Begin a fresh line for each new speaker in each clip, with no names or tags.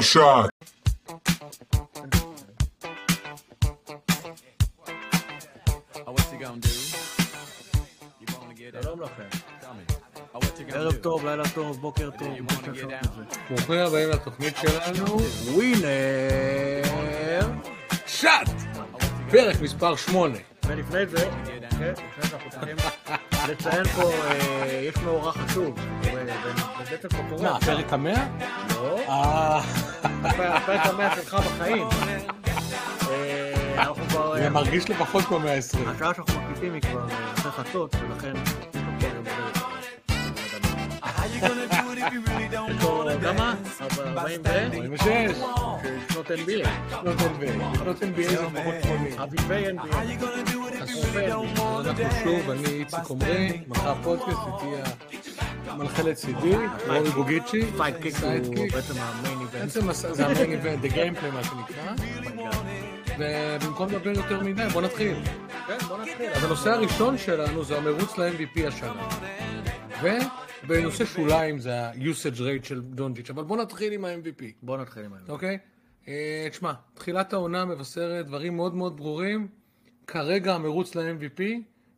shot.
Oh, what's he gonna do? You wanna get down?
שלום לכם.
Tell me. Oh, what you gonna
ערב
do?
טוב, לילה טוב, בוקר
Do
טוב.
you
בוקר
wanna get
טוב.
down?
ברוכים הבאים לתוכנית שלנו,
ווינר.
שט! פרק מספר 8.
ולפני זה, כן, לפני זה אנחנו צריכים לציין פה, אה, יש לו אורח חשוב. אה, בבטן פה קורונה.
מה, הפרק המאה?
לא,
אה,
הפרק המאה שלך בחיים. אה, אנחנו כבר...
זה
אה,
מרגיש לפחות כמו 120.
השעה שאנחנו מקליטים היא כבר אה, אחרי חצות, ולכן... כן,
How you gonna do it if you really don't
יש לו
wanna
כמה?
dance?
40 ו...
46.
שנות NBA.
שנות NBA. שנות NBA זה לפחות 80.
אביבי NBA.
How you gonna do it if you
אז
really don't
אז
wanna
אנחנו שוב,
dance?
אני איציק עומרי, מנחה הפודקאסט, איתי המנחה לצידי, רורי בוגיצ'י.
פייטקיק הוא
סיידקיק.
בעצם המיין איבנט.
בעצם הס- זה המיין איבנט, the game play מה שנקרא. ובמקום לדבר יותר מדי, בוא נתחיל.
כן, בוא נתחיל.
אז הנושא הראשון שלנו זה המרוץ ל-MVP השנה. ובנושא שוליים זה ה-usage rate של דונג'יץ', אבל בואו נתחיל עם ה-MVP,
בוא נתחיל עם היום.
אוקיי? אה, תשמע, תחילת העונה מבשרת דברים מאוד מאוד ברורים. כרגע המרוץ ל-MVP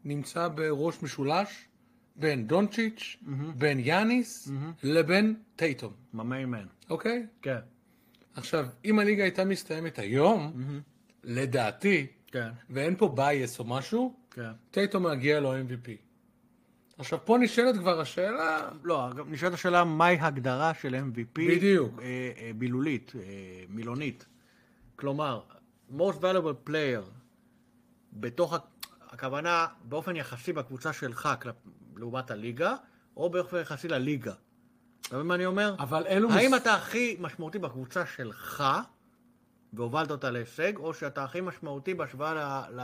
נמצא בראש משולש בין דונצ'יץ', בין יאניס, לבין טייטום,
המיימן.
אוקיי?
כן,
עכשיו, אם הליגה הייתה מסתיימת היום, לדעתי,
כן,
ואין פה בייס או משהו,
כן.
טייטום מגיע לו MVP. עכשיו, פה נשאלת כבר השאלה,
לא, גם נשאלת השאלה מהי הגדרה של MVP.
בדיוק.
אה, אה, בילולית, אה, מילונית. כלומר, most valuable player, בתוך, ה- הכוונה, באופן יחסי בקבוצה שלך כל- לעומת הליגה, או באופן יחסי לליגה. אתה מבין מה אני אומר?
אבל אלו...
האם
לא מס-
אתה הכי משמעותי בקבוצה שלך, והובלת אותה להישג, או שאתה הכי משמעותי בהשוואה ל-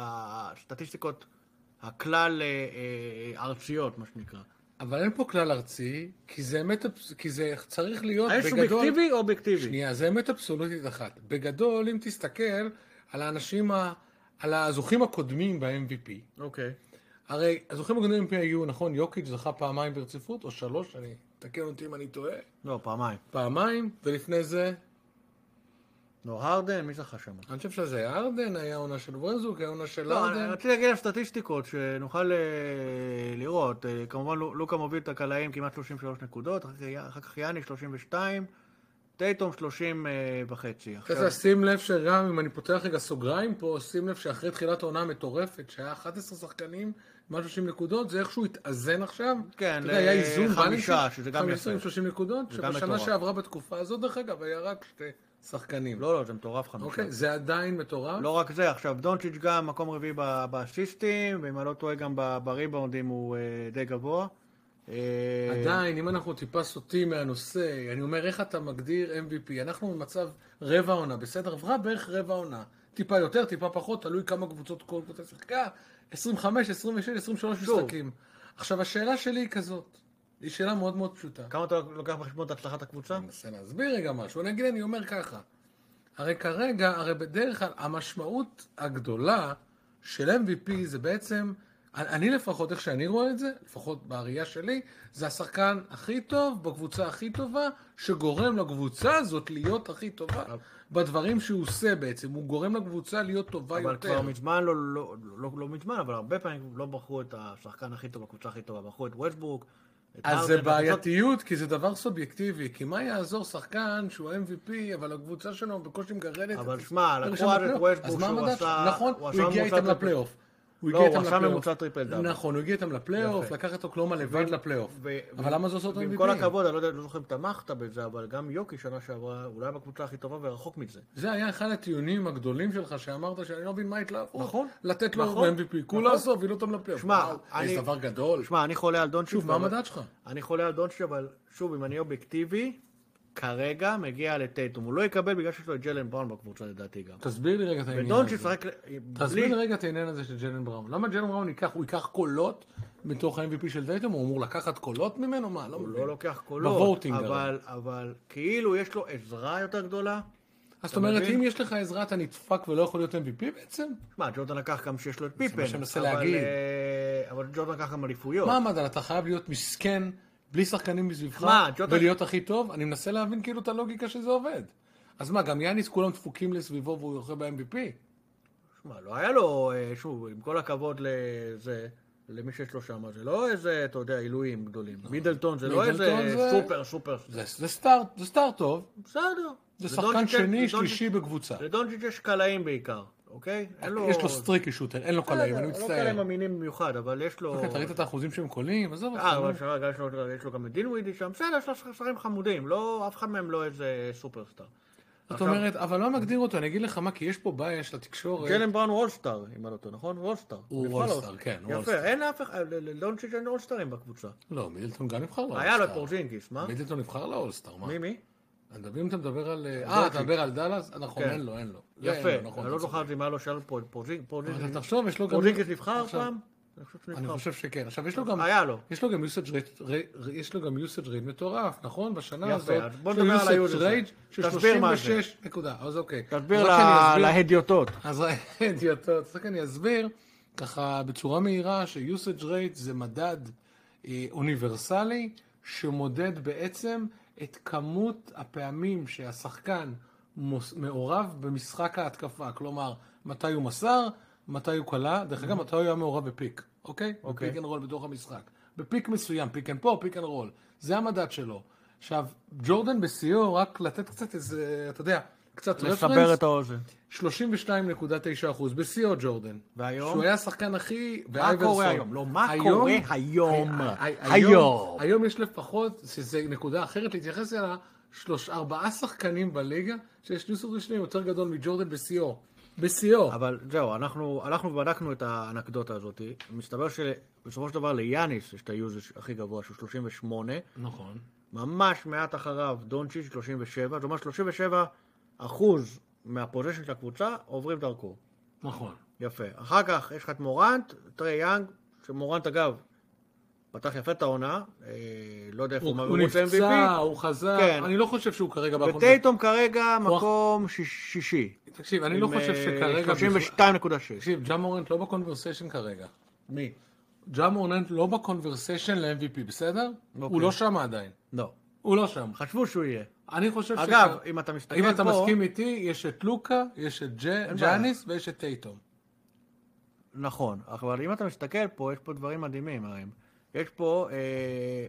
לסטטיסטיקות הכלל אה, אה, ארציות, מה שנקרא?
אבל אין פה כלל ארצי, כי זה אמת... אבס- כי זה צריך להיות
האם
בגדול...
סובייקטיבי או אה, אובייקטיבי?
שנייה, זה אמת אבסולוטית אחת. בגדול, אם תסתכל על האנשים ה... על הזוכים הקודמים ב-MVP,
אוקיי.
הרי הזוכים הקודמים ב-MVP היו, נכון, יוקיץ' זכה פעמיים ברציפות, או שלוש, אני... תקן אותי אם אני טועה.
לא, פעמיים.
פעמיים, ולפני זה,
לא, הרדן, מי זכה שם?
אני חושב שזה היה ארדן, היה עונה של ברנזוק, היה עונה של
לא,
ארדן.
אני רציתי להגיד על סטטיסטיקות, שנוכל אה, לראות. אה, כמובן, לו- לוקה מוביל את הקלעים כמעט 33 נקודות, אחר כך יא- אחר כך יאני 32, טייטום 30 אה, וחצי. עכשיו-
אתה שים לב שגם אם אני פותח רגע סוגריים פה, שים לב שאחרי תחילת העונה המטורפת, שהיה 11 שחקנים, 130 נקודות, זה איכשהו התאזן עכשיו.
כן,
אתה יודע, היה
ל-
איזון
חמישה,
בלנקים,
שזה גם
15 עם
יפה.
30 נקודות,
זה גם
שבשנה
מטורף.
שעברה בתקופה הזאת, דרך אגב, היה רק שתי שחקנים.
לא, לא, זה מטורף חמישה.
אוקיי, זה עדיין מטורף.
לא רק זה, עכשיו דונצ'יץ' גם מקום רביעי ב- באסיסטים, ואם אני לא טועה גם ב- בריבאונדים הוא אה, די גבוה. אה,
עדיין, אם אנחנו טיפה סוטים מהנושא, אני אומר, איך אתה מגדיר MVP? אנחנו במצב רבע עונה, בסדר? עברה בערך רבע עונה. טיפה יותר, טיפה פחות, תלוי כמה קבוצות כל קבוצה שיחקה. 25, 26, 23
שוב.
משחקים. עכשיו, השאלה שלי היא כזאת. היא שאלה מאוד מאוד פשוטה.
כמה אתה לוקח בחשבון את הצלחת הקבוצה?
אני מנסה להסביר רגע משהו. נגיד, אני אומר ככה. הרי כרגע, הרי בדרך כלל, המשמעות הגדולה של MVP זה בעצם, אני- אני לפחות, איך שאני רואה את זה, לפחות בראייה שלי, זה השחקן הכי טוב, בקבוצה הכי טובה, שגורם לקבוצה הזאת להיות הכי טובה בדברים שהוא עושה בעצם. הוא גורם לקבוצה להיות טובה
אבל
יותר.
כבר מזמן, לא- לא לא- לא מזמן, אבל הרבה פעמים לא בחרו את השחקן הכי טוב, הקבוצה הכי טובה, בחרו את ווסטברוק. את
אז
הארדן,
זה
את
בעייתיות, כי זה דבר סובייקטיבי. כי מה יעזור שחקן שהוא MVP, אבל הקבוצה שלו בקושי מגרדת...
אבל
את-
שמע,
את
לקחו
הראשון
אז את
בפלייאוף.
ווסטבורג
אז מה
שהוא
המדד?
עשה-
נכון,
הוא
הוא
עשה
הגיע
ממוצע
איתם
טריפל-
לפלייאוף.
לא,
הגיע
הוא
איתם
עשה
לפלייאוף.
ממוצע טריפל דאבל.
נכון, הוא הגיע איתם לפלייאוף,
יפה.
לקח את אוקלומה לבד לפלייאוף.
ו-
אבל
ו-
למה זה עושה אותו MVP?
ועם כל הכבוד, אני לא יודע, לא זוכר אם תמכת בזה, אבל גם יוקי שנה שעברה, אולי בקבוצה הכי טובה ורחוק מזה.
זה היה אחד הטיעונים הגדולים שלך, שאמרת שאני לא מבין מה ההתלהבות.
נכון.
לתת לו
נכון.
MVP. כולה עשו, הובילו אותם לפלייאוף.
שמע,
וואו,
אני-
איזה דבר גדול.
שמע, אני חולה על דונצ'יץ'.
שוב, מה
אבל-
המדד שלך?
אני חולה על דונצ'יץ', אבל שוב, אם אני אובייקטיבי, כרגע מגיע לטייטום. הוא לא יקבל בגלל שיש לו את ג'לן בראון בקבוצה לדעתי גם.
תסביר לי רגע את העניין הזה.
ודונצ'יץ' רק...
תסביר לי רגע את העניין הזה של ג'לן בראון. למה ג'לן בראון ייקח, הוא ייקח קולות מתוך ה-MVP של דייטום? הוא אמור לקחת קולות ממנו? מה? לא
הוא
מבין.
לא לוקח קולות,
בוטינג,
אבל, אבל כאילו יש לו עזרה יותר גדולה.
אז זאת אומרת,
מבין?
אם יש לך עזרה, אתה נדפק ולא יכול להיות MVP בעצם?
שמע, ג'ורדן לקח גם שיש לו את פיפן.
שאני מנסה
אבל,
להגיד.
אה, אבל ג'ורדן לקח גם אליפויות.
מה המדל? אתה חייב להיות מסכן, בלי שחקנים מסביבך,
מה, ג'וטה-
ולהיות הכי טוב? אני מנסה להבין כאילו את הלוגיקה שזה עובד. אז מה, גם יאניס כולם דפוקים לסביבו והוא יוכה ב-MVP?
שמע, לא היה לו, אה, שוב, עם כל הכבוד לזה, למי שיש לו שם, זה לא איזה, אתה יודע, עילויים גדולים. מידלטון זה לא
מידלטון
איזה
זה-
סופר סופר.
זה, זה סטארט, זה סטארט טוב,
בסדר.
זה
דונג'יץ'-
שחקן שני,
לדונג'יץ'-
שלישי בקבוצה.
לדונג'יץ' יש קלעים בעיקר, אוקיי? אין
יש לו סטריקי שוטר, אין לו קלעים, אני
לא קלעים
מצטער.
אמינים במיוחד, אבל יש לו...
אוקיי, אתה ראית את האחוזים שהם קולים? עזוב אותך.
אה,
נו.
אבל אפשר להגיד שיש לו- יש לו גם את דין ווידי שם, בסדר, יש לו שחקנים חמודים, לא, אף אחד מהם לא איזה סופרסטאר.
זאת
עכשיו-
אומרת, אבל לא מגדיר אותו, אני אגיד לך מה, כי יש פה בעיה של התקשורת.
ג'לן בראון הוא אולסטאר, אם אני לא טועה, נכון? הוא אולסטאר.
הוא
בכלל
אולסטאר, כן, הוא
יפה,
אולסטאר.
אין אף אחד, לדונצ'יץ' אין אולסטרים בקבוצה.
לא, מידלטון גם נבחר לאולסטאר.
היה לו את פורזינגיס, מה?
מידלטון נבחר לאולסטאר, מה?
מי מי?
אני מדבר אם אתה מדבר על... אה, אתה מדבר על דאלאס? נכון,
כן.
אין לו, אין לו. זה אין
יפה,
לו, נכון,
אני לא
אתה צודק.
זוכר אם היה לו שאל פה פורזינג- פורזינגיס.
אבל תחשוב, יש לו גם...
פורזינגיס נבחר
עכשיו,
פעם? אני חושב שהוא
אני
נבחר.
חושב שכן. עכשיו, יש לו גם...
היה לו.
יש לו גם usage rate- ר- יש לו גם usage rate מטורף, נכון? בשנה
יפה,
הזאת.
אז בוא
יש לו
נדבר על
usage
ה-usage
rate
rate.
של
תסביר מה זה.
36 נקודה, אז אוקיי.
תסביר
רק שאני אסביר- לא
להדיוטות.
אז ראיתי אותו, אז רק אני אסביר, ככה בצורה מהירה, ש-usage rate זה מדד אה, אוניברסלי, שמודד בעצם את כמות הפעמים שהשחקן מוס- מעורב במשחק ההתקפה, כלומר, מתי הוא מסר, מתי הוא כלה, דרך אגב, מתי הוא היה מעורב בפיק, אוקיי?
Mm-hmm. אוקיי.
בפיק אנד רול בתוך המשחק. בפיק מסוים, פיק אנד פה, פיק אנד רול. זה המדד שלו. עכשיו, ג'ורדן בשיאו, רק לתת קצת איזה, אתה יודע, קצת
לסבר את האוזן.
32.9% בשיאו ג'ורדן.
והיום?
שהוא היה השחקן הכי...
מה
ואייברסון.
קורה היום? לא, מה
היום-
קורה היום?
הי- הי-
היום.
היום יש לפחות, שזה נקודה אחרת להתייחס אליה, שלוש, ארבעה שחקנים בליגה שיש ניסור ראשונים יותר גדול מג'ורדן בשיאו. בשיאו.
אבל זהו, אנחנו הלכנו ובדקנו את האנקדוטה הזאת. מסתבר שבסופו של דבר ליאניס יש את היוזש הכי גבוה, שהוא 38.
נכון.
ממש מעט אחריו דונצ'י 37. זאת אומרת 37 אחוז מהפוזיישן של הקבוצה עוברים דרכו.
נכון.
יפה. אחר כך יש לך את מורנט, טרי יאנג, שמורנט אגב, פתח יפה את העונה, אה, לא יודע איפה
הוא
הוא
הוא
מרוץ
נפצע,
MVP.
הוא לא חזר,
כן.
אני לא חושב שהוא כרגע... באחוז-
וטייטום כרגע
הוא-
מקום שיש- שישי.
תקשיב, אני לא
עם,
חושב
אה,
שכרגע... בכלל-
32.6.
תקשיב, ג'ה מורנט לא בקונברסיישן כרגע.
מי?
ג'ה מורנט לא בקונברסיישן ל-MVP, בסדר?
אוקיי.
הוא לא שם עדיין.
לא.
הוא לא שם.
חשבו שהוא יהיה.
אני חושב ש...
אגב, אם אתה מסתכל
אם אתה
פה-
מסכים איתי, יש את לוקה, יש את ג'-
בעיה.
ג'אניס ויש את טייטום.
נכון, אבל אם אתה מסתכל פה, יש פה דברים מדהימים הרי. יש פה אה,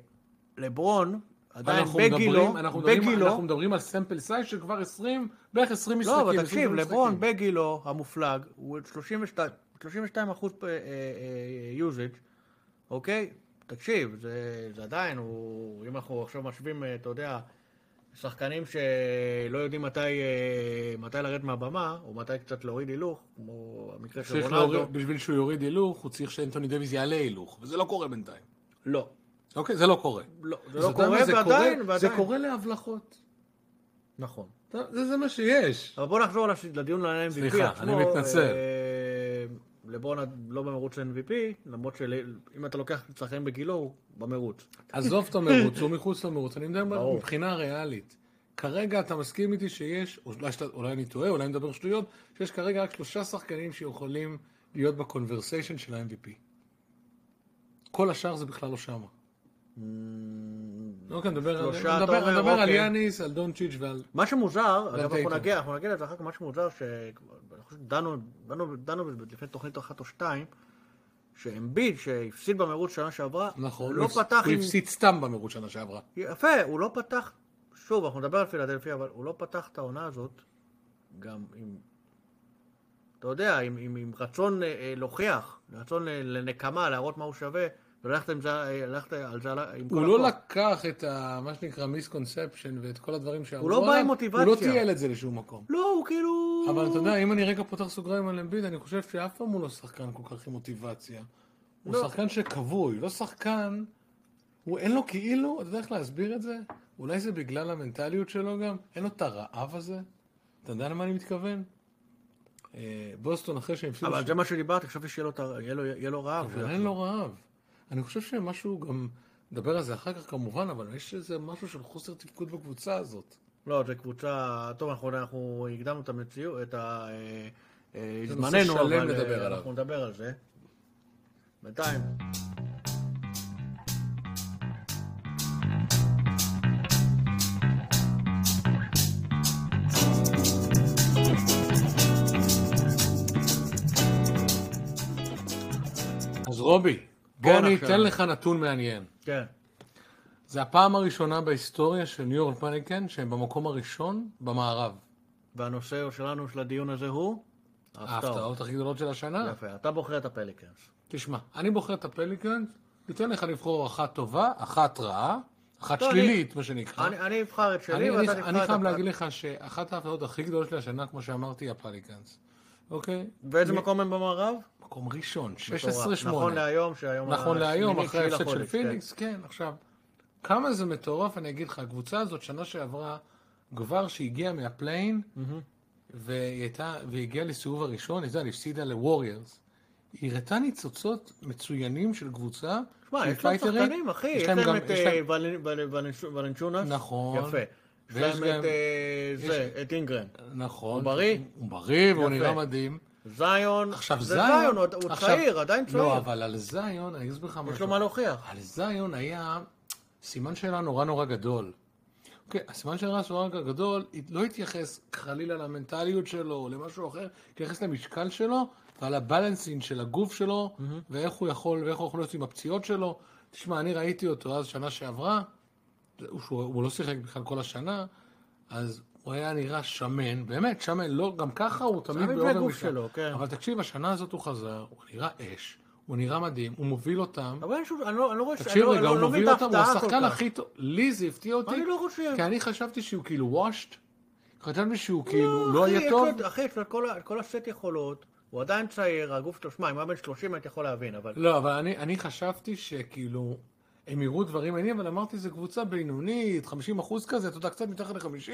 לברון, עדיין
אנחנו מדברים-
בגילו,
אנחנו מדברים- אנחנו
בגילו,
מדברים על סמפל סייז שכבר 20, בערך 20 משחקים.
לא, אבל תקשיב,
22
לברון
משחקים.
בגילו המופלג, הוא 32 32 אחוז אה, יוזג', אוקיי? תקשיב, זה, זה עדיין, הוא, אם אנחנו עכשיו משווים, אה, אתה יודע, שחקנים שלא יודעים מתי, אה, מתי לרדת מהבמה, או מתי קצת להוריד הילוך, כמו המקרה של
צריך
רונלדו,
להוריד- בשביל שהוא יוריד הילוך, הוא צריך שאנתוני דוויס יעלה הילוך, וזה לא קורה בינתיים.
לא.
אוקיי, זה לא קורה.
לא, זה
אז
לא
אתה יודע
קורה,
מה, זה
ועדיין,
קורה-
ועדיין.
זה קורה להבלחות.
נכון.
אתה- זה זה מה שיש.
אבל בוא נחזור לש- לדיון על ה-MVP
סליחה,
עצמו.
אני מתנצל.
אה, לברון לא במרוץ MVP, למרות שאם אתה לוקח שחקן בגילו, הוא במרוץ.
עזוב את המרוץ, הוא מחוץ למרוץ, אני מדבר
ברור.
מבחינה ריאלית. כרגע אתה מסכים איתי שיש, אולי, שאתה- אולי אני טועה, אולי אני מדבר שטויות, שיש כרגע רק שלושה שחקנים שיכולים להיות בקונברסיישן של ה-MVP. כל השאר זה בכלל לא שמה. אוקיי, אני מדבר, על-
Mm. שלושה,
אני מדבר,
אתה
אני
אומר,
מדבר על
אוקיי.
יאניס, על דונצ'יץ' ועל...
מה שמוזר, אגב,
טייטום.
אנחנו נגיע, אנחנו נגיע לזה אחר כך, מה שמוזר, שדנו בזה לפני תוכנית אחת או שתיים, שאמביד, שהפסיד במרוץ שנה שעברה,
נכון,
לא
הוא הפס-
פתח
הוא
עם...
הפסיד סתם במרוץ שנה שעברה.
יפה, הוא לא פתח, שוב, אנחנו נדבר על פילדלפי, אבל הוא לא פתח את העונה הזאת גם עם, אתה יודע, עם, עם, עם רצון אה, אה, להוכיח, רצון אה, לנקמה, להראות מה הוא שווה, וללכת עם זה, אה, ללכת על זה על ה- עם כל
הוא לא
הכוח.
לקח את ה... מה שנקרא מיסקונספשן ואת כל הדברים שאמרו
לא בא עם מוטיבציה.
הוא לא טייל את זה לשום מקום.
לא, הוא כאילו...
אבל אתה יודע, אם אני רגע פותח סוגריים על אמביד, אני חושב שאף פעם הוא לא שחקן כל כך עם מוטיבציה. הוא
לא.
שחקן שכבוי, לא שחקן... הוא אין לו כאילו, אתה יודע איך להסביר את זה? אולי זה בגלל המנטליות שלו גם? אין לו את הרעב הזה? אתה יודע למה אני מתכוון? אה, בוסטון אחרי שהם הפסידו...
אבל זה מה שדיברתי, חשבתי שיהיה לו, את ה- יהיה לו, יהיה לו רעב.
אבל אין לו רעב. אני חושב שמשהו גם... נדבר על זה אחר כך כמובן, אבל יש איזה משהו של חוסר תפקוד בקבוצה הזאת.
לא, זו קבוצה... טוב, אנחנו, אנחנו הקדמנו את המציאות, את ה... אה, אה,
זה נושא
זמננו,
שלם
אבל אה,
לדבר עליו.
אנחנו נדבר על זה. בינתיים.
רובי, בוא
כן,
אני
עכשיו.
אתן לך נתון מעניין.
כן.
זה הפעם הראשונה בהיסטוריה של ניו יורק מניקן שהם במקום הראשון במערב.
והנושא שלנו של הדיון הזה הוא?
ההפתעות הכי גדולות של השנה.
יפה, אתה בוחר את הפליקנס.
תשמע, אני בוחר את הפליקנס, ניתן לך לבחור אחת טובה, אחת רעה, אחת
לא,
שלילית, מה שנקרא.
אני אני אבחר את שלי
אני,
ואתה
אני,
תבחר את...
אני חייב
הפ-
להגיד לך שאחת ההפתעות הכי גדולות של השנה, כמו שאמרתי, היא הפליקנס. אוקיי?
באיזה
מ-
מקום הם במערב?
מקום ראשון, 16-8.
נכון להיום, שהיום...
נכון להיום,
השמיני,
אחרי
תשיעי
ההפסד של
לחודש, כן.
פיניקס, כן, עכשיו, כמה זה מטורף, אני אגיד לך, הקבוצה הזאת, שנה שעברה, גבר שהגיע מהפליין, והיא הייתה, והיא הגיעה לסיבוב הראשון, היא יודעת, הפסידה לווריורס. היא הראתה ניצוצות מצוינים של קבוצה,
שמע,
שהיא
יש להם
פייטרית.
שחקנים, אחי.
יש
יש
להם גם,
להם את
יש להם-
אה, ולנ- ולנ- ולנ- ולנצ'ונס.
נכון.
יפה. יש
ויש
להם
גם-
את אה, זה, את אינגרן.
נכון.
הוא אה, בריא?
הוא בריא, והוא
יפה.
נראה מדהים.
זיון.
עכשיו
זה
זיון,
עוד- הוא
עכשיו-
צעיר, עדיין צעיר.
לא, אבל על זיון, אני אסביר לך משהו.
יש לו מה להוכיח.
על זיון היה סימן שאלה נורא נורא גדול. אוקיי, הסימן שאלה נורא נורא גדול לא התייחס חלילה למנטליות שלו או למשהו אחר, התייחס למשקל שלו ועל הבלנסינג של הגוף שלו,
Mm-hmm.
ואיך הוא יכול, ואיך הוא יכול להיות עם הפציעות שלו. תשמע, אני ראיתי אותו אז שנה שעברה, הוא, שהוא, הוא לא שיחק בכלל כל השנה, אז הוא היה נראה שמן, באמת שמן, לא, גם ככה הוא תמיד
שמן
באובר
והגוף
משקל.
שלו, כן.
אבל תקשיב, השנה הזאת הוא חזר, הוא נראה אש, הוא נראה מדהים, הוא מוביל אותם.
אבל אין שום... אני לא אני לא רואה... ש-
תקשיב
אני לא-
רגע,
אני
הוא
לא מבין
מוביל
את
אותם, הוא
ההפתעה כל
השחקן
כך.
הכי טוב. לי זה הפתיע אותי.
אני לא חושב.
כי אני חשבתי שהוא כאילו washed, חשבתי שהוא
לא,
כאילו לא
אחי,
יהיה
יש
טוב.
לו את- אחי, יש לו את כל ה- כל הסט יכולות. הוא עדיין צעיר, הגוף שלו... שמע, אם הוא היה בן 30 הייתי יכול להבין, אבל...
לא, אבל אני, אני חשבתי שכאילו, הם יראו דברים מעניינים, אבל אמרתי, זו קבוצה בינונית, 50 אחוז כזה, אתה יודע, קצת מתחת ל-50,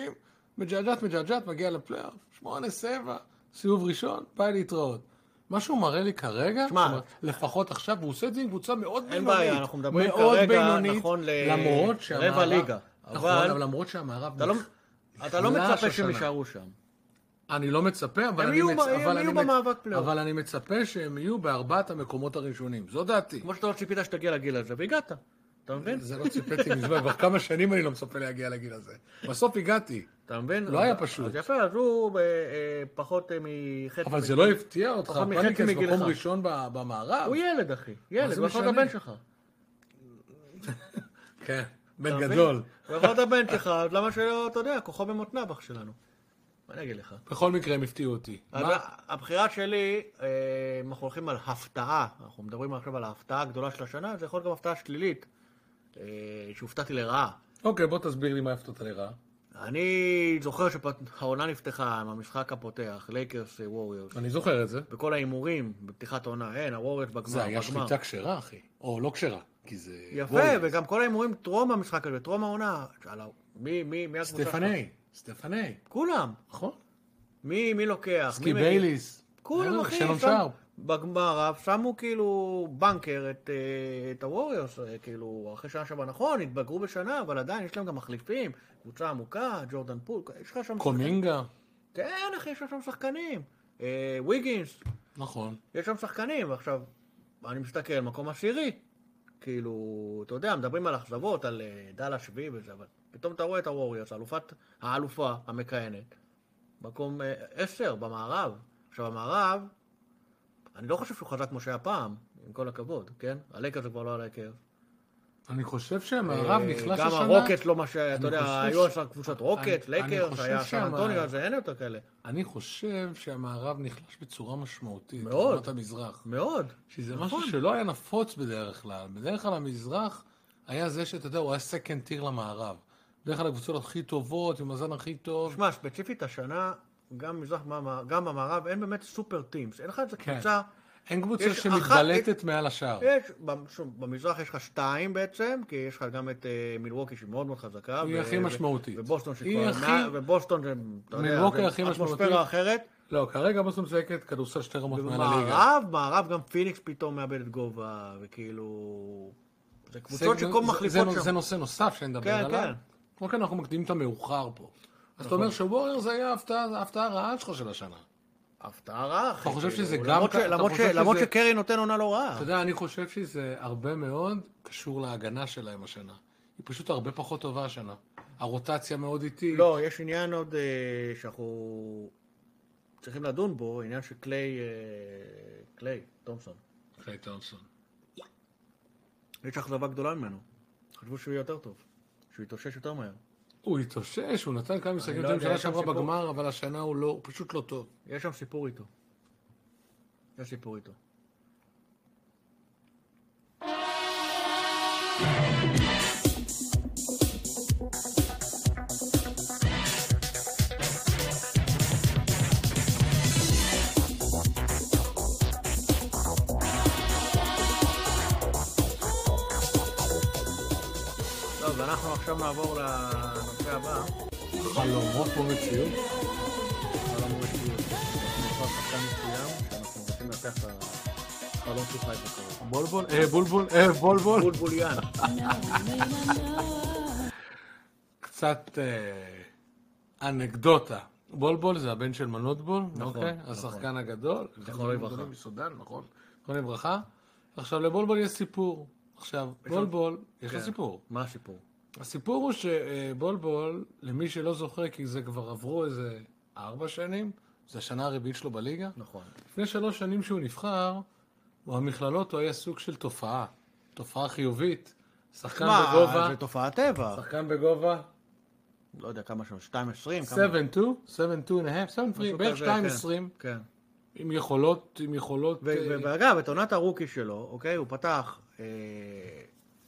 מג'עג'ת, מג'עג'ת, מגיע לפלייאוף, שמונה, שבע, סיבוב ראשון, ביי להתראות. מה שהוא מראה לי כרגע,
שמע,
זאת אומרת, לפחות עכשיו, והוא עושה את זה עם קבוצה מאוד
אין
בינונית.
בעיה, אנחנו מדברים
מאוד
כרגע,
בינונית,
נכון, ל-
למרות
רבע
שהמערב...
ליגה,
נכון,
אבל-
אבל למרות שהמערב...
אתה לא- אתה לא
נחלש
מצפה
השנה.
שהם יישארו שם.
אני לא מצפה, אבל
הם
אני
יהיו-
מצ-
הם
אבל
יהיו
אני מצ-
במאבק פלייאוף.
אבל אני מצפה שהם יהיו בארבעת המקומות הראשונים. זו דעתי.
כמו שאתה לא ציפית שתגיע לגיל הזה, והגעת. אתה מבין?
זה לא ציפיתי מזמן, כבר כמה שנים אני לא מצפה להגיע לגיל הזה. בסוף הגעתי,
אתה מבין?
לא היה
אז-
פשוט.
אז יפה, אז הוא אה, אה, פחות אה, מחצי...
אבל זה
מגיל.
לא הפתיע אותך,
פחות מחצי
פניקס
מגילך.
מקום ראשון ב- במערב.
הוא ילד, אחי. ילד,
זה
הוא יכול להיות
משנה?
הבן שלך.
כן, בן
אתה מבין?
גדול.
הוא יכול להיות הבן שלך, אז למה שלא, אתה יודע, כוחו במותניו אח שלנו. מה אני אגיד לך?
בכל מקרה, הם הפתיעו אותי.
אז
מה?
הבחירה שלי, אה, אם אנחנו הולכים על הפתעה, אנחנו מדברים עכשיו על ההפתעה הגדולה של השנה, זה יכול להיות גם הפתעה שלילית, אה, שהופתעתי לרעה.
אוקיי, בוא תסביר לי מה הפתעת לרעה.
אני זוכר שהעונה נפתחה עם המשחק הפותח, לייקרס אה, ווריורס.
אני זוכר את זה.
בכל ההימורים, בפתיחת עונה, אין, הווריורס בגמר,
זה היה
בגמר.
שליטה כשרה, אחי. או לא כשרה, כי זה...
יפה,
ווריירס.
וגם כל ההימורים טרום המשחק הזה, טרום העונה. על ה- מי, מי, מי הקבוצה שלך?
סטפני, סטפני,
כולם.
נכון?
מי, מי לוקח?
סקי
מי מגיע?
בייליס.
כולם,
אה,
אחי.
שלום
שם-
שרפ.
בגמר, שמו כאילו בנקר את, אה, את הווריורס, אה, כאילו, אחרי שנה שעברה, נכון, התבגרו בשנה, אבל עדיין יש להם גם מחליפים, קבוצה עמוקה, ג'ורדן פול, יש לך שם...
קומינגה,
כן, אחי, יש לך שם שחקנים. אה, ויגינס,
נכון.
יש שם שחקנים, ועכשיו, אני מסתכל, מקום עשירי. כאילו, אתה יודע, מדברים על אכזבות, על אה, דאלה שביעי וזה, אבל פתאום אתה רואה את הווריורס, אלופת, האלופה המכהנת, מקום אה, עשר במערב. עכשיו, המערב, אני לא חושב שהוא חזק כמו שהיה פעם, עם כל הכבוד, כן? הלקר זה כבר לא הלקר.
אני חושב שהמערב
אה,
נחלש
גם
השנה.
הרוקט לא מה ש...
אני
אתה יודע,
חושב
היו
ש-
עשר קבוצות רוקט,
אני- אני
לקר,
חושב
היה
שהמערב-
סן אנטוניו, אז אין יותר כאלה.
אני חושב שהמערב נחלש בצורה משמעותית.
מאוד.
לעומת המזרח.
מאוד.
שזה
נכון.
משהו שלא היה נפוץ בדרך כלל. בדרך כלל המזרח היה זה שאתה יודע, הוא היה סקנד טיר למערב. בדרך כלל הקבוצות הכי טובות, עם הזן הכי טוב.
שמע, ספציפית השנה, גם מזרח, מה- גם במערב, אין באמת סופר טימס. אין לך איזה
כן.
קבוצה,
אין קבוצה
יש אחת-
שמתבלטת מעל השאר.
יש, במ- שוב, במזרח יש לך שתיים בעצם, כי יש לך גם את אה, מילווקי שהיא מאוד מאוד חזקה.
היא
ו-
הכי
ו-
משמעותית.
ובוסטון
היא
שכבר...
הכי-
מה- ובוסטון, זה, אתה יודע,
מילווקי
זה
הכי משמעותית.
אטמוספירה אחרת.
לא, כרגע בוסטון משחקת כדורסל שתי רמות מעל הליגה.
ובמערב, מערב גם פיניקס פתאום מאבדת גובה, וכאילו... זה קבוצות
זה-
שכל
זה-
מחליפות
זה-
שם.
זה נושא נוסף שנדבר
כן,
עליו.
כן. נכון.
כמו כן, אנחנו מקדימים את המאוחר פה. אז אתה אומר שווריור זה היה ההפתעה- ההפתעה הרעה שלך של השנה.
הפתעה רעה, אחי.
אתה חושב
כאילו,
שזה גם
למרות
כ-
ש-
אתה
למרות ש-
חושב
למרות
שזה-
שקרי נותן עונה לא רעה.
אתה יודע, אני חושב שזה הרבה מאוד קשור להגנה שלהם השנה. היא פשוט הרבה פחות טובה השנה. הרוטציה מאוד איטית.
לא, יש עניין עוד אה, שאנחנו צריכים לדון בו, עניין של קליי, אה, קליי, תומסון.
קליי תומפסון.
יש אכזבה גדולה ממנו. חשבו שהוא יהיה יותר טוב, שהוא יתאושש יותר מהר.
הוא התאושש, הוא נתן כמה משחקים
לא
טובים
יודע,
שנה
יש שם
שעברה
סיפור.
בגמר, אבל השנה הוא לא, הוא פשוט לא טוב.
יש שם סיפור איתו. יש סיפור איתו. טוב, ואנחנו עכשיו נעבור לנושא הבא.
חלומות במציאות.
אבל אמור להיות כאילו, נבחר שחקן מסוים, שאנחנו רוצים לנצח את החלום שהוא חי בקרוב.
בולבול, אה, בולבול, אה, בולבול.
בול בוליאן.
קצת אה, אנקדוטה. בולבול זה הבן של מנוטבול, נכון, אוקיי?
נכון.
השחקן הגדול.
זכרונו לברכה.
הגדולים מסודן, נכון. זכרונו לברכה. עכשיו, לבולבול יש סיפור. עכשיו,
יש
בולבול, יש לו
כן.
סיפור.
מה הסיפור?
הסיפור הוא שבולבול, למי שלא זוכר, כי זה כבר עברו איזה ארבע שנים, זו השנה הרביעית שלו בליגה.
נכון.
לפני שלוש שנים שהוא נבחר, הוא- המכללות הוא היה סוג של תופעה. תופעה חיובית. שחקן בגובה,
זה תופעת טבע.
שחקן בגובה,
לא יודע כמה שם, 220?
7-2, 7-2 and a half, 7-3, בערך 2-20,
כן.
עם יכולות, עם יכולות...
ו-
אה,
ו- ואגב, את עונת הרוקי שלו, אוקיי, הוא פתח... אה,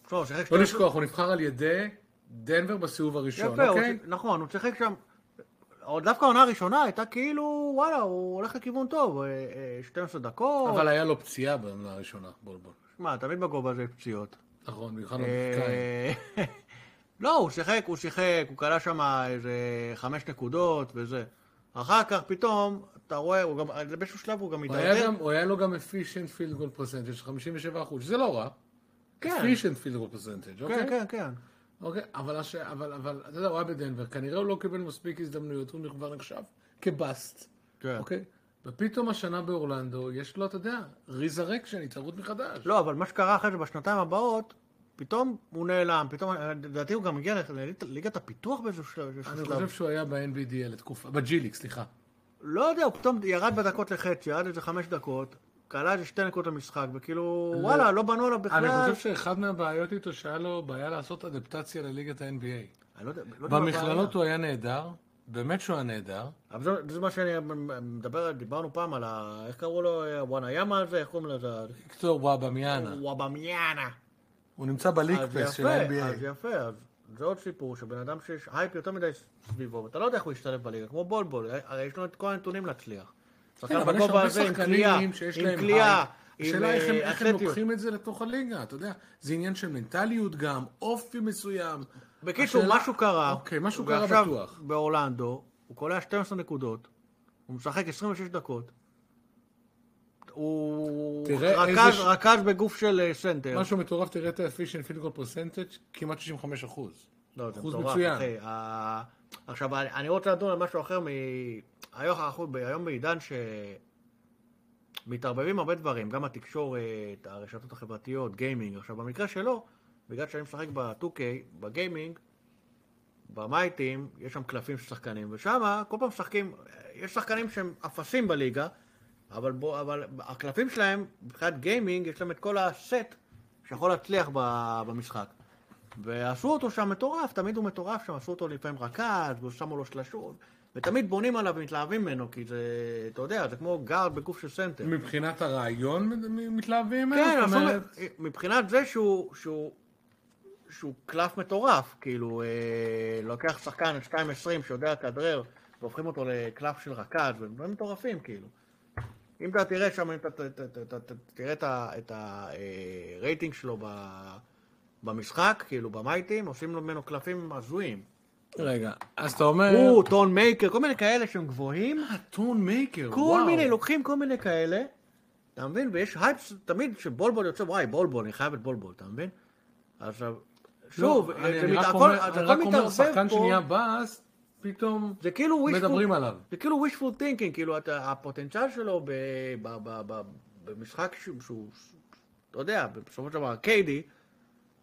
תשמע, הוא שיחק
לא
שתי-
לשכוח, הוא נבחר על ידי דנבר בסיבוב הראשון,
יפה, הוא
אוקיי?
ש- נכון, הוא שיחק שם... עוד דווקא העונה הראשונה הייתה כאילו, וואלה, הוא הולך לכיוון טוב, אה, אה, 12 דקות.
אבל היה לו פציעה בעונה הראשונה, בולבול.
שמע, תמיד בגובה זה פציעות.
נכון, במיוחד במפקעים.
אה, לא, הוא שיחק, הוא שיחק, הוא כלה שם איזה חמש נקודות וזה. אחר כך פתאום, אתה רואה, הוא גם, באיזשהו שלב הוא גם מתדרדר.
הוא היה לו גם efficient field goal percentage של 57 אחוז, שזה לא רע.
כן.
efficient field goal percentage,
כן,
אוקיי?
כן, כן.
אוקיי, אבל הש- אבל, אבל, אתה יודע, הוא היה בדנבר, כנראה הוא לא קיבל מספיק הזדמנויות, הוא כבר נחשב כבאסט.
כן.
אוקיי? ופתאום השנה באורלנדו, יש לו, אתה יודע, ריזרקשן, התערבות מחדש.
לא, אבל מה שקרה אחרי זה בשנתיים הבאות, פתאום הוא נעלם, פתאום, לדעתי הוא גם הגיע לליגת- לליגת הפיתוח באיזשהו שלב. באיזשהו
אני
שלב.
חושב שהוא היה ב-NBDL לתקופה, בג'יליק, סליחה.
לא יודע, הוא פתאום ירד בדקות לחצי, ירד איזה חמש דקות, כלה איזה שתי נקודות למשחק, וכאילו, וואלה, לא בנו עליו
אני
בכלל.
חושב שאחד מהבעיות איתו, שהיה לו בעיה לעשות אדפטציה לליגת ה-NBA.
אני לא יודע- לא יודע מה הבעיה.
במכללות הוא היה נהדר, באמת שהוא היה נהדר.
אבל זה, זה מה שאני מדבר, דיברנו פעם על ה... איך קראו לו? וואנאיימה הזה? איך קוראים לזה?
ויקטור וואבמיאנה,
וואבמיאנה.
הוא נמצא
אז
בליקפס כן. של
יפה, אז
ה-NBA.
יפה, אז זה עוד סיפור שבן אדם שיש הייפ יותר מדי סביבו, ואתה לא יודע איך הוא ישתלב בליגה, כמו בולבול, הרי יש לו את כל הנתונים להצליח. שחקן
כן, אבל יש
בגובה
הרבה
הזה עם קליעה,
שחקנים שיש
עם
להם
קליעה,
הייפ.
עם
השאלה איך הם-
אה,
איך הם
אתלטיות.
לוקחים את זה לתוך הליגה, אתה יודע. זה עניין של מנטליות גם, אופי מסוים.
בקיצור,
השאלה-
משהו קרה,
אוקיי, משהו קרה
ועכשיו
בטוח.
באורלנדו, הוא קולע 12 נקודות, הוא משחק 26 דקות, הוא
תראה
רכז-
איזה ש-
רכז בגוף של אה, סנטר.
משהו מטורף, תראה את ה-efficient field goal percentage, כמעט 65 אחוז.
לא, זה
אחוז
מטורף,
מצוין.
אחי. ה- עכשיו, אני אני רוצה לדון על משהו אחר מ... היום אנחנו ב- היום בעידן שמתערבבים הרבה דברים, גם התקשורת, הרשתות החברתיות, גיימינג. עכשיו, במקרה שלו, בגלל שאני משחק ב-2K, בגיימינג, במייטים, יש שם קלפים של שחקנים, ושם כל פעם משחקים, יש שחקנים שהם אפסים בליגה, אבל, בו, אבל הקלפים שלהם, מבחינת גיימינג, יש להם את כל הסט שיכול להצליח ב, במשחק. ועשו אותו שם מטורף, תמיד הוא מטורף שם, עשו אותו לפעמים רכז, ושמו לו שלשות, ותמיד בונים עליו ומתלהבים ממנו, כי זה, אתה יודע, זה כמו גארד בגוף של סנטר.
כן. מבחינת הרעיון מ- מ- מתלהבים ממנו?
כן,
זאת
זאת אומרת,
אומרת,
מבחינת זה שהוא, שהוא, שהוא קלף מטורף, כאילו, אה, לוקח שחקן 2.20 שיודע לכדרר, והופכים אותו לקלף של רכז, והם דברים מטורפים, כאילו. אם אתה תראה שם, אם אתה ת- ת- ת- ת- ת- תראה את ה- את הרייטינג שלו ב- במשחק, כאילו במייטים, עושים לו ממנו קלפים הזויים.
רגע, אז אתה אומר...
הוא, טון מייקר, כל מיני כאלה שהם גבוהים,
הטון מייקר,
כל מיני, לוקחים כל מיני כאלה, אתה מבין? ויש הייפס תמיד שבולבול יוצא, וואי, בולבול, אני חייב את בולבול, אתה מבין? עכשיו, שוב, אה,
לא, אני
זה
אני
מת-
רק
הכל
אומר-
אז
אני
הכל
רק אומר,
מתערבב
שחקן
פה.
שנהיה באס, פתאום
זה כאילו wishful-
מדברים עליו.
זה כאילו wishful thinking, כאילו אתה- הפוטנציאל שלו ב- ב- ב- ב- במשחק שהוא- שהוא, אתה יודע, בסופו של דבר ארקיידי,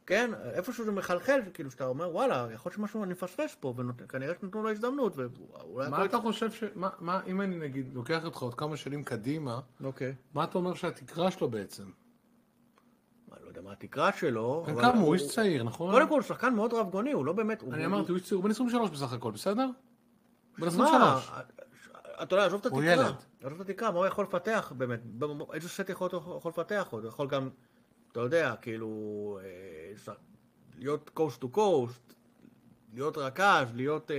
כן, איפשהו זה מחלחל, כאילו שאתה אומר, וואלה, יכול להיות שמשהו אני מפספס פה, וכנראה שנתנו לו הזדמנות, ואולי...
מה אתה חושב ש... מה- מה, אם אני נגיד לוקח אותך עוד כמה שנים קדימה,
אוקיי.
מה אתה אומר שהתקרה שלו בעצם?
אני לא יודע מה התקרה שלו. אבל
כמה הוא איש צעיר, נכון?
קודם כל, הוא שחקן מאוד רבגוני, הוא לא באמת... הוא-
אני אמרתי, הוא איש צעיר, הוא בן 23 בסך הכל, בסדר? בן
מה?
23.
אתה יודע, עזוב את
הוא
התקרה.
ילד.
עזוב את התקרה, מה הוא יכול לפתח באמת? במ- איזה סט יכול הוא יכול לפתח עוד? הוא יכול גם, אתה יודע, כאילו, אה, ש- להיות קוסט טו קוסט, להיות רכז, להיות אה,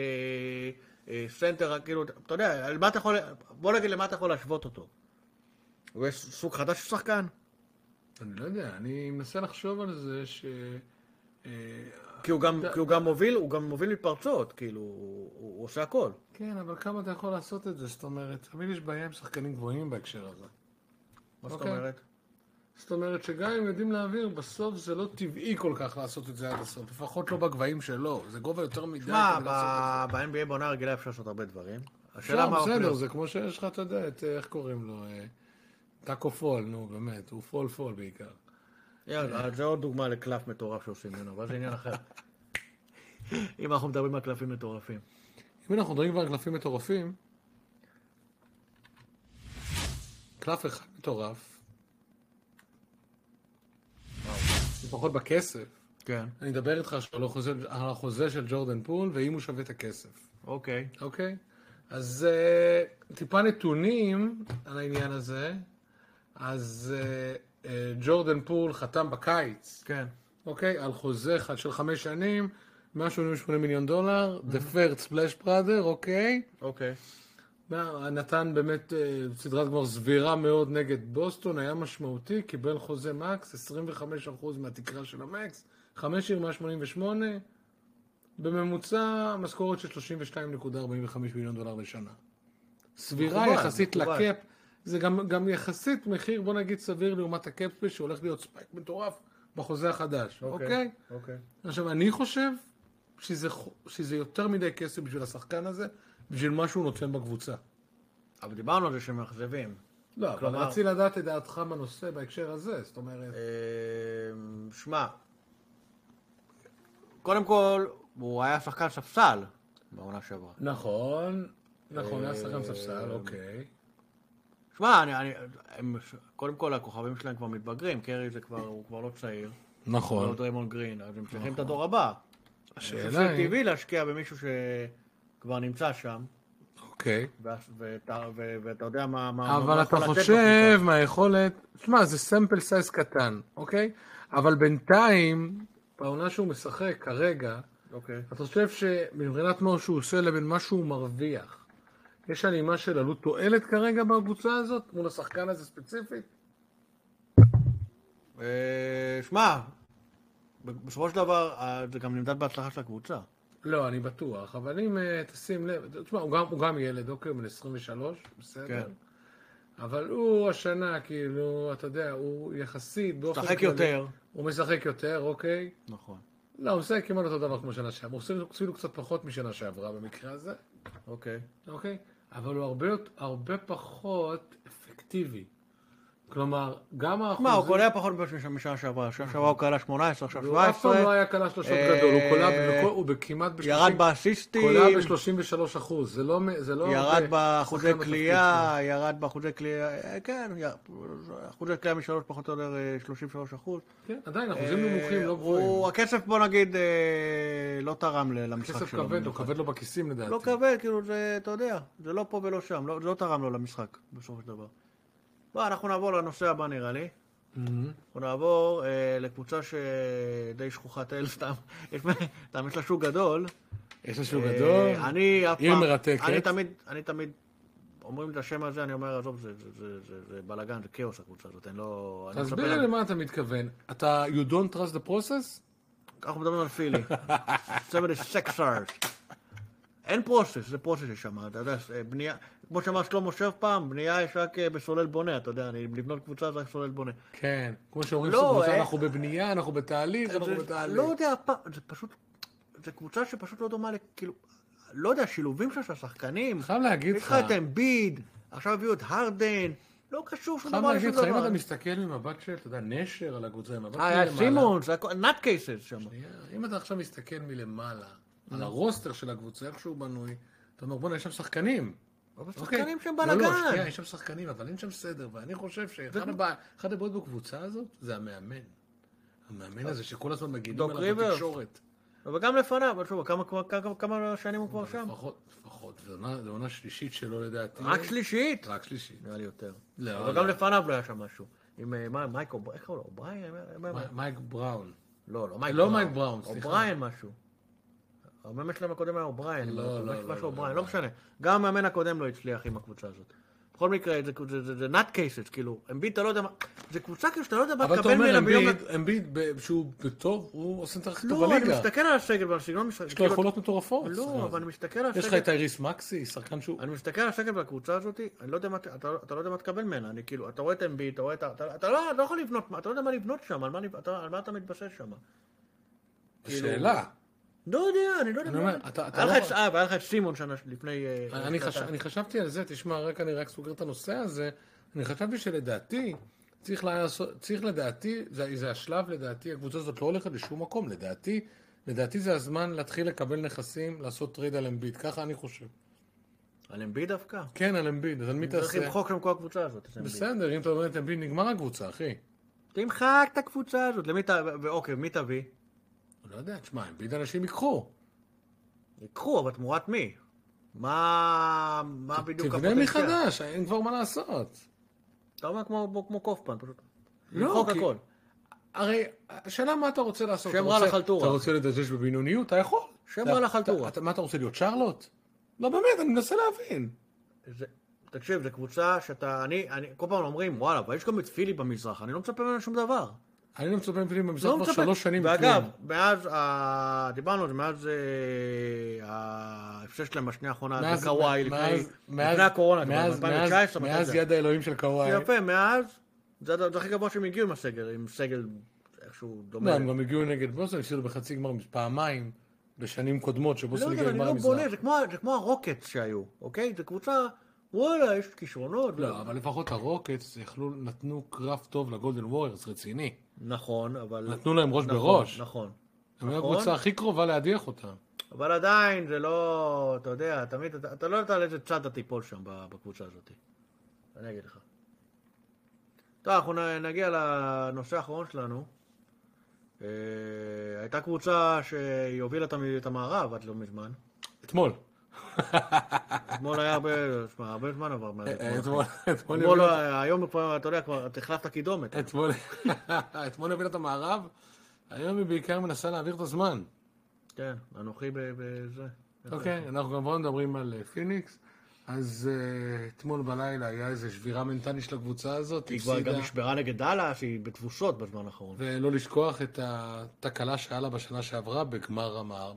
אה, סנטר, כאילו, אתה יודע, על מה אתה יכול, בוא נגיד למה אתה יכול להשוות אותו. הוא יש סוג חדש של שחקן?
אני לא יודע, אני מנסה לחשוב על זה ש... אה,
כי הוא גם, כי הוא גם מוביל, הוא גם מוביל מתפרצות, כאילו, הוא, הוא עושה הכל.
כן, אבל כמה אתה יכול לעשות את זה? זאת אומרת, תמיד יש בעיה עם שחקנים גבוהים בהקשר הזה.
מה זאת
אוקיי.
אומרת?
זאת אומרת שגם אם יודעים להעביר, בסוף זה לא טבעי כל כך לעשות את זה עד הסוף. לפחות לא בגבהים שלו. זה גובה יותר מדי כדי
שמע,
לעשות את
ב- ב-NBA בעונה רגילה אפשר לעשות הרבה דברים.
זה.
השאלה מה
לא, בסדר,
הפלייאוף.
זה כמו שיש לך, אתה יודע, את, איך קוראים לו? אה, טאקו פול, נו, באמת. הוא פול פול בעיקר.
יאללה,
אה.
אז זה עוד דוגמה לקלף מטורף שעושים ממנו, אבל זה עניין אחר. אם אנחנו מדברים על קלפים מטורפים.
אם אנחנו מדברים כבר על קלפים מטורפים, קלף אחד מטורף, לפחות בכסף,
כן.
אני אדבר איתך עכשיו על החוזה, על החוזה של ג'ורדן פול, ואם הוא שווה את הכסף,
אוקיי.
אוקיי? אז אה, טיפה נתונים על העניין הזה. אז אה, אה, ג'ורדן פול חתם בקיץ,
כן.
אוקיי? על חוזה אחד של חמש שנים, 188 מיליון דולר, The First Splash Brother, אוקיי?
אוקיי.
מה, נתן באמת אה, סדרת גמר סבירה מאוד נגד בוסטון, היה משמעותי, קיבל חוזה מקס, 25% מהתקרה של המקס, 5 עיר 188, בממוצע משכורת של 32.45 מיליון דולר לשנה. סבירה
מכובד,
יחסית
מכובד.
לקאפ, זה גם, גם יחסית מחיר, בוא נגיד, סביר לעומת הקאפ ספייס, שהולך להיות ספייק מטורף בחוזה החדש, אוקיי?
אוקיי.
עכשיו, אני חושב שזה, חו- שזה יותר מדי כסף בשביל השחקן הזה, בשביל מה שהוא נותן בקבוצה.
אבל דיברנו על זה שהם מאכזבים.
לא, אבל
כלומר-
רציתי לדעת את דעתך בנושא בהקשר הזה, זאת אומרת,
אמ, שמע, קודם כל, הוא היה שחקן ספסל בעונה שעברה.
נכון, נכון, היה שחקן ספסל, אוקיי.
שמע, אני, אני, הם, קודם כל הכוכבים שלהם כבר מתבגרים, קרי זה כבר, הוא כבר לא צעיר.
נכון.
לא דריימון גרין, אז הם צריכים את הדור הבא.
השאלה
זה
היא,
טבעי להשקיע במישהו שכבר נמצא שם,
אוקיי,
ואז- ואתה ו- ואתה יודע מה... מה- מה
אבל
הוא
אתה
אה, לא יכול לתת
חושב מהיכולת, תשמע, זה סמפל סייז קטן, אוקיי? אבל בינתיים, בעונה שהוא משחק כרגע,
בקבוצה. אוקיי.
אתה חושב שמבחינת מה שהוא עושה לבין מה שהוא מרוויח, יש הלימה של עלות תועלת כרגע בקבוצה הזאת, מול השחקן הזה ספציפית?
אה, שמע, ב- בסופו של דבר, אה, זה גם נמדד בהצלחה של הקבוצה.
לא, אני בטוח, אבל אם אה, תשים לב, תשמע, הוא גם, הוא גם ילד, אוקיי, הוא בן 23, בסדר?
כן.
כן. אבל הוא השנה, כאילו, אתה יודע, הוא יחסית באופן...
משחק
כללי-
יותר.
הוא משחק יותר, אוקיי.
נכון.
לא, הוא משחק כמעט אותו דבר כמו שנה שעברה, הוא עושה אפילו קצת פחות משנה שעברה במקרה הזה,
אוקיי.
אוקיי? אבל הוא הרבה, יותר- הרבה פחות אפקטיבי. כלומר, גם האחוזים...
מה, הוא קולע פחות ממה משנה שעברה. שנה שעברה הוא קלע 18, עכשיו
הוא אף פעם לא
17,
היה קלע שלושות
אה,
גדול, הוא קולע ב- הוא בכמעט... ב-
ירד באסיסטים,
קולע ב-33 אחוז, זה לא... מ- זה כן. לא
ירד
הרבה.
באחוזי
שחקן בתפקיד
קליעה, ירד באחוזי קליעה, אה, כן, י- אחוזי קליעה משלוש פחות או יותר אה, 33 אחוז. אה,
שלו. כן, עדיין, אחוזים נמוכים, לא גבוהים.
הוא, הכסף בוא נגיד אה, לא תרם ל- למשחק
כסף
שלו.
כבד, הוא
במיוחד.
כבד לו בכיסים לדעתי.
לא כבד, כאילו זה, אתה יודע, זה לא פה ולא שם, לא, זה לא תרם לו למשחק בסופו של דבר. בוא, אנחנו נעבור לנושא הבא נראה לי.
מהמם.
אנחנו נעבור אה, לקבוצה שדי שכוחת אל סתם, יש- סתם יש לה שוק גדול.
יש לה שהוא
אה,
גדול.
אני אף
עיר
פעם,
מרתקת.
אני תמיד, אני תמיד, אומרים את השם הזה, אני אומר, עזוב, זה- זה- זה- זה- זה בלאגן, זה כאוס הקבוצה הזאת, אני לא... אני
תסביר
מספר
לי
על-
למה אתה מתכוון. אתה, you don't trust the process?
אנחנו מדברים על פילי. צמד סקסארס. אין פרוסס, זה פרוסס יש שם, אתה יודע, אה, בנייה, כמו שאמר שלמה שרף פעם, בנייה יש רק אה, בסולל בונה, אתה יודע, אני- לבנות קבוצה זה רק סולל בונה.
כן. כמו שאומרים,
לא,
סוף-סוף,
אה,
אנחנו בבנייה, אנחנו בתהליך, אנחנו
זה-
בתהליך.
לא יודע, פ- זה פשוט, זה קבוצה שפשוט לא דומה, כאילו, לא יודע, שילובים שלה של השחקנים,
חייב להגיד
יש לך
לך,
את אמביד, עכשיו הביאו את הרדן, לא קשור שום
חייב
דבר
להגיד
לשום
לך, אם אתה
דבר.
מסתכל ממבט של, אתה יודע, נשר על הקבוצה, ממבט
אה, היה
מלמעלה.
סימון, זה הכל, נאט קייסס שם.
אם אתה עכשיו מסתכל מלמעלה,
אה.
על הרוסטר של הקבוצה, איך שהוא בנוי, אתה אומר, בוא'נה, יש שם שחקנים.
אבל
אוקיי.
שחקנים שהם
לא, לא, שנייה,
בלאגן.
יש שם שחקנים, אבל אין שם סדר, ואני חושב שאחד הבע- אחד הבעיות בקבוצה הזאת זה המאמן. המאמן הזה שכל הזמן מגינים
דוק
עליו
ריברס.
בתקשורת.
אבל גם לפניו, אבל שוב, כמה, כמה, כמה, כמה שנים הוא כבר שם?
לפחות, לפחות, זו עונה- זו עונה שלישית שלו לדעתי.
רק שלישית?
רק שלישית.
נראה לי יותר.
לא,
אבל
לא.
גם לפניו לא היה שם משהו. עם אה, מה, מייק אובריין, איך קראו לו? אובריין? אה, אה, אה,
מי- מייק בראון.
לא, לא מייק
לא
בראון.
מייק בראון, סליחה.
אובריין משהו. המאמן שלהם הקודם היה אובריין.
לא,
משהו-
לא, לא,
משהו
לא,
אובריין,
לא.
לא משנה. גם המאמן הקודם לא הצליח עם הקבוצה הזאת. בכל מקרה, זה- זה- זה- זה נאט קייסס, כאילו, אמביד אתה לא יודע מה... זה קבוצה כאילו שאתה לא יודע מה
אבל אתה
תקבל
אומר,
ממנה ביום...
אמביד, אמביד, ב- שהוא בטוב, הוא עושה את הכי טוב
לא, אני
בליגה.
מסתכל על הסגל ועל סגנון משחק.
יש לו
כאילו,
יכולות מטורפות.
לא, אבל אני מסתכל על
יש לך
הסגל.
את אייריס מקסי, שחקן שהוא...
אני מסתכל על השקט והקבוצה הזאת, אני לא יודע מה, אתה, אתה לא יודע מה תקבל ממנה, אני כאילו, אתה רואה את אמבי, אתה רואה את ה... אתה, אתה לא, לא יכול לבנות, אתה לא יודע מה לבנות שם, על מה, אני- אתה, על מה אתה מתבסס שם.
שאלה.
לא יודע, אני לא יודע.
אני
מה-
אומר, אתה- אתה
היה
לא
לך את
יכול-
אה, והיה לך את סימון שנה לפני... אה,
אני חש-
שנתיים.
אני חשבתי על זה, תשמע, רק אני רק סוגר את הנושא הזה, אני חשבתי שלדעתי, צריך לעשות, צריך לדעתי, זה זה השלב לדעתי, הקבוצה הזאת לא הולכת לשום מקום, לדעתי, לדעתי זה הזמן להתחיל לקבל נכסים, לעשות טרייד על אמביד, ככה אני חושב.
על אמבי דווקא.
כן, על אמביד, אז על מי
צריך
תעשה?
למחוק שם כל הקבוצה הזאת. את אמביד.
בסדר, אם אתה אומר את אמביד, נגמר הקבוצה, אחי.
תמחק את הקבוצה הזאת, למי ת... ואוקיי, מי תביא?
לא יודע, תשמע, אמביד אנשים ייקחו.
ייקחו, אבל תמורת מי? מה... מה בדיוק
תבנה מחדש, אין כבר מה לעשות.
אתה אומר כמו כמו קופמן, פשוט.
לא,
למחוק
כי-
הכל.
הרי השאלה מה אתה רוצה לעשות.
שם
אתה
רע
רוצה-
לחלטורה.
אתה רוצה לדשדש בבינוניות? אתה יכול.
שם
אתה-
רע לחלטורה.
אתה- אתה- מה אתה רוצה להיות שרלוט? לא באמת, אני מנסה להבין.
זה, תקשיב, זו קבוצה שאתה, אני, אני, כל פעם אומרים, וואלה, אבל יש גם את פילי במזרח, אני לא מצפה ממנו שום דבר.
אני לא מצפה מפילים במזרח
לא
כבר
מצפה.
שלוש שנים.
ואגב,
מכלום.
מאז, ה... דיברנו על זה, מאז אה, ההפסד שלהם בשנייה האחרונה,
מאז-
זה קוואי, לפני,
מאז- מאז-
לפני הקורונה, כבר,
מאז- מאז-
2019, מתי
מאז
זה?
יד האלוהים של קוואי.
זה יפה, מאז, זה הד- זה הכי גבוה שהם הגיעו עם הסגל, עם סגל איכשהו
לא,
דומה.
הם גם הגיעו נגד בוסון, הפסידו בחצי גמר פעמיים בשנים קודמות
לא
שבוסון
יודע,
הגיע
אבל אני
לגמר
לא בונה,
המזרח.
זה כמו, זה כמו הרוקטס שהיו, אוקיי? זו קבוצה, וואלה, יש כישרונות.
לא, אבל לפחות הרוקטס יכלו, נתנו קרב טוב לגולדן ווריירס, רציני.
נכון, אבל...
נתנו להם ראש
נכון,
בראש.
נכון.
הם היו
נכון.
הקבוצה הכי קרובה להדיח אותם.
אבל עדיין זה לא, אתה יודע, תמיד, אתה, אתה לא יודע על איזה צד אתה תיפול שם ב- בקבוצה הזאת. אני אגיד לך. טוב, אנחנו נ- נגיע לנושא האחרון שלנו. אה, הייתה קבוצה שהיא הובילה את המ- את המערב עד לא מזמן.
אתמול.
אתמול היה הרבה, שמע, הרבה זמן עבר מאז
אה,
אתמול.
אתמול. אתמול
אתמול,
הביאו-
אה, היום כבר, אתה יודע, כבר אתה החלפת קידומת.
אתמול, אתמול הבילה את המערב, היום היא בעיקר מנסה להעביר את הזמן.
כן, אנוכי ב- בזה.
אוקיי, אנחנו גם כבר מדברים על אה, פיניקס, אז אה, אתמול בלילה היה איזו שבירה מנטלית של הקבוצה הזאת,
היא כבר גם
הפסידה,
נשברה נגד דאלאס, היא בתבוסות בזמן האחרון.
ולא לשכוח את התקלה שהיה לה בשנה שעברה בגמר המער,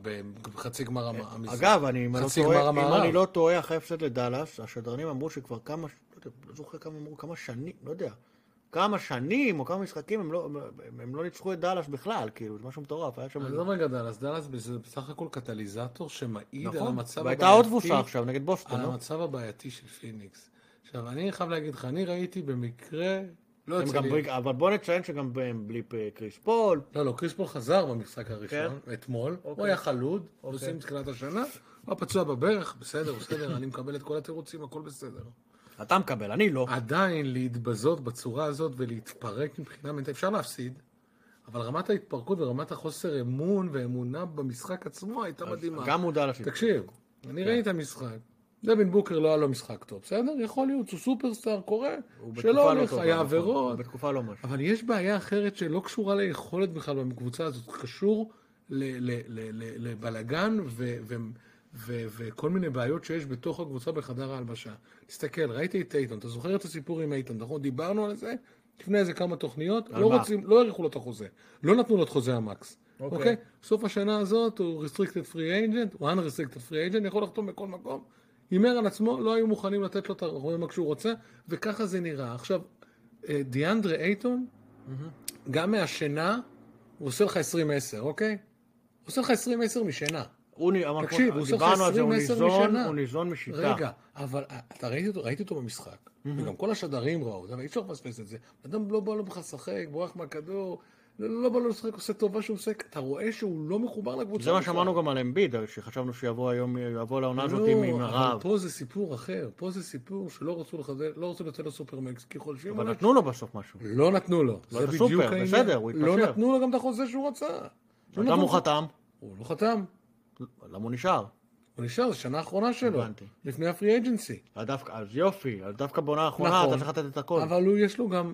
בחצי גמר המער.
אגב, אני, אם, אני לא
חצי
טועה,
גמר
אם
המערב.
אני לא טועה, אחרי ההפסד לדאלאס, השדרנים אמרו שכבר כמה, לא יודע, לא זוכר כמה אמרו, כמה שנים, לא יודע, כמה שנים או כמה משחקים הם לא, הם, הם לא ניצחו את דאלאס בכלל, כאילו, זה משהו מטורף, היה שם...
עזוב רגע דאלאס, דאלאס זה בסך הכל קטליזטור שמעיד על
נכון,
המצב
והייתה עוד
הבעייתי.
תבוסה עכשיו נגד בוסטון,
על
לא?
המצב הבעייתי של פיניקס. עכשיו, אני חייב להגיד לך, אני ראיתי במקרה, לא
הם
אצל
גם בלי- אבל בוא נציין שגם הם בלי פ- קריס פול,
לא, לא, קריס פול חזר
כן.
במשחק הראשון, אתמול.
אוקיי.
הוא היה חלוד, עושים תחילת השנה, הוא היה פצוע בברך, בסדר, בסדר, אני מקבל את כל התירוצים, הכל בסדר.
אתה מקבל, אני לא.
עדיין להתבזות בצורה הזאת ולהתפרק מבחינה מנטלית, אפשר להפסיד, אבל רמת ההתפרקות ורמת החוסר אמון ואמונה במשחק עצמו הייתה מדהימה.
גם הוא דאלאס.
אה, תקשיב,
כן.
אני ראיתי את המשחק. דווין בוקר לא היה לו משחק טוב, בסדר? יכול להיות, הוא סופרסטאר, קורה,
הוא בתקופה לא
שלא הולך,
טובה,
היה
נכון.
עבירות,
בתקופה לא משהו.
אבל יש בעיה אחרת שלא קשורה ליכולת בכלל בקבוצה הזאת, זה קשור ל- ל- ל- ל- לבלגן ו- ו- ו- וכל מיני בעיות שיש בתוך הקבוצה בחדר ההלבשה. תסתכל, ראיתי את אייטון, אתה זוכר את הסיפור עם אייטון, נכון? דיברנו על זה לפני איזה כמה תוכניות, לא
מה?
רוצים, לא האריכו לו את החוזה, לא נתנו לו את חוזה המקס.
אוקיי.
אוקיי? סוף השנה הזאת הוא restricted free agent, הוא unrestricted free agent, יכול לחתום בכל מקום. הימר על עצמו, לא היו מוכנים לתת לו את הרוממה כשהוא רוצה, וככה זה נראה. עכשיו, אה, דיאנדרה אייטון, גם מהשינה, הוא עושה לך 20-10, אוקיי? הוא עושה לך 20-10 משינה.
הוא נ- אמר,
תקשיב, הוא עושה לך
דיברנו על זה, הוא
20-10
ניזון,
משנה.
הוא ניזון משיטה.
רגע, אבל אה, אתה ראיתי אותו, ראיתי אותו במשחק, וגם כל השדרים ראו, אבל אי אפשר לפספס את זה. אדם לא בא לו בכלל לשחק, בורח מהכדור, לא בא לו לשחק, עושה טובה שהוא עושה, אתה רואה שהוא לא מחובר לקבוצה.
זה מה
בכלל.
שאמרנו גם על אמביד, שחשבנו שיבוא היום, יבוא לעונה הזאת
לא,
עם- עם
אבל
הרעב.
פה זה סיפור אחר, פה זה סיפור שלא רצו לחזר, לא רצו לצאת לסופרמקס, כי חולשים
אבל
עליו.
נתנו לו בסוף משהו.
לא נתנו לו,
לא
זה
את
בדיוק
הסופר,
העניין.
בסדר, הוא
לא
התפשר.
נתנו לו גם את החוזה שהוא רצה. לא נתנו
למה
לו-
הוא חתם?
הוא לא חתם,
למה הוא נשאר?
הוא נשאר, זו שנה האחרונה שלו,
הבנתי.
לפני הפרי אג'נסי.
אז דווקא- אז יופי, אז דווקא בעונה האחרונה
נכון.
אתה צריך לתת את הכל.
אבל הוא, יש לו גם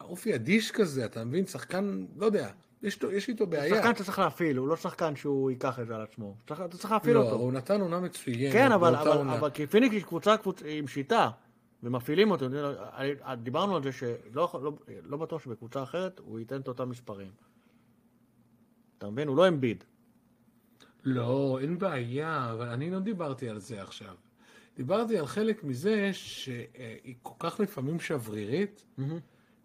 אופי אדיש כזה, אתה מבין? שחקן, לא יודע, יש, לו- יש איתו בעיה.
שחקן שאתה צריך להפעיל, הוא לא שחקן שהוא ייקח את זה על עצמו. צריך- אתה צריך להפעיל
לא, אבל
אותו.
הוא נתן עונה מצוינת.
כן, אבל-
באותה
אבל
עונה.
אבל כי פיניקס היא קבוצה קבוצ- עם שיטה, ומפעילים אותו. אני לא- אני- דיברנו על זה שלא יכול- לא- לא בטוח שבקבוצה אחרת הוא ייתן את אותם מספרים. אתה מבין? הוא לא אמביד.
לא, אין בעיה, אבל אני לא דיברתי על זה עכשיו. דיברתי על חלק מזה שהיא כל כך לפעמים שברירית,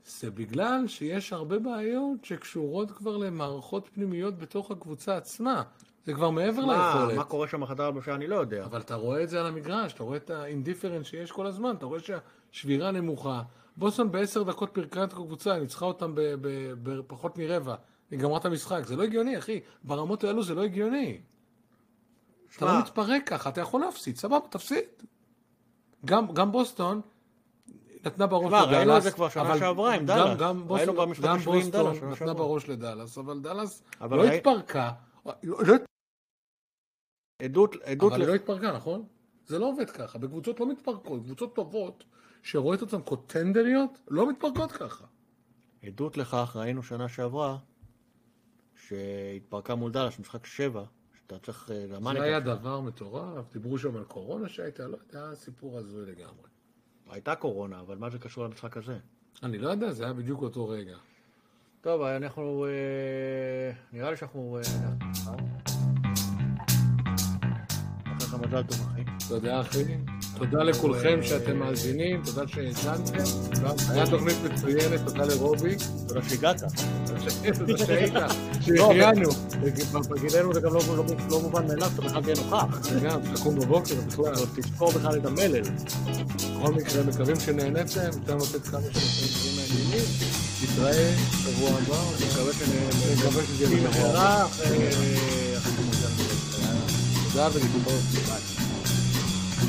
זה בגלל שיש הרבה בעיות שקשורות כבר למערכות פנימיות בתוך הקבוצה עצמה. זה כבר מעבר
מה מה
ליכולת.
קורה שם בחדר הלבשה אני לא יודע.
אבל אתה רואה את זה על המגרש, אתה רואה את האינדיפרנס שיש כל הזמן, אתה רואה שהשבירה נמוכה. בוסטון בעשר דקות פירקה את הקבוצה, ניצחה אותם ב- ב- בפחות מרבע. היא גמרה את המשחק, זה לא הגיוני, אחי. ברמות האלו זה לא הגיוני. אתה
שמע,
לא מתפרק ככה, אתה יכול להפסיד, סבבה, תפסיד. גם, גם בוסטון נתנה בראש
שמע, ראינו את זה כבר שנה
אבל
שעברה עם
גם-
דאלאס.
גם
ראינו
בוסטון,
במשחק
גם
השני עם דאלאס
בוסטון
שנה
נתנה
שעברה.
בראש לדאלאס, אבל דאלאס
אבל
לא
ראי-
התפרקה. לא, לא,
עדות עדות
אבל
ל-
היא לא התפרקה, נכון? זה לא עובד ככה. בקבוצות לא מתפרקות, קבוצות טובות, שרואות אותן קוטנדריות, לא מתפרקות ככה. לא-
עדות לכך ראינו שנה שעברה, שהתפרקה מול דאלאס, משחק שבע, שאתה צריך... אה,
זה לא
למאניקה
היה
שם.
דבר מטורף, דיברו שם על קורונה שהייתה, לא יודע, סיפור הזוי לגמרי.
הייתה קורונה, אבל מה זה קשור למשחק הזה?
אני לא יודע, זה היה בדיוק אותו רגע.
טוב, אנחנו... אה, נראה לי שאנחנו... אה, נאחל לך מזל טוב, אחי.
תודה אחי, תודה לכולכם שאתם מאזינים, תודה שהאזנתם, היה תוכנית מצוינת, תודה לרובי,
תודה שהגעת.
תודה שהיית, שהחיינו,
בגילנו זה גם לא- לא לא מובן מאליו, אתה בכלל תהיה נוכח.
גם תקום בבוקר בכלל,
אבל תזכור בכלל את המלל.
בכל מקרה מקווים שנהנתם, ניתן לתת כמה שנותנים דברים מעניינים, נתראה שבוע הבא, אני מקווה שנהנה, מקווה שזה יהיה
במהרה, אה,
במהרה,
אחרי- אחרי-
תודה ולגמור. ביי.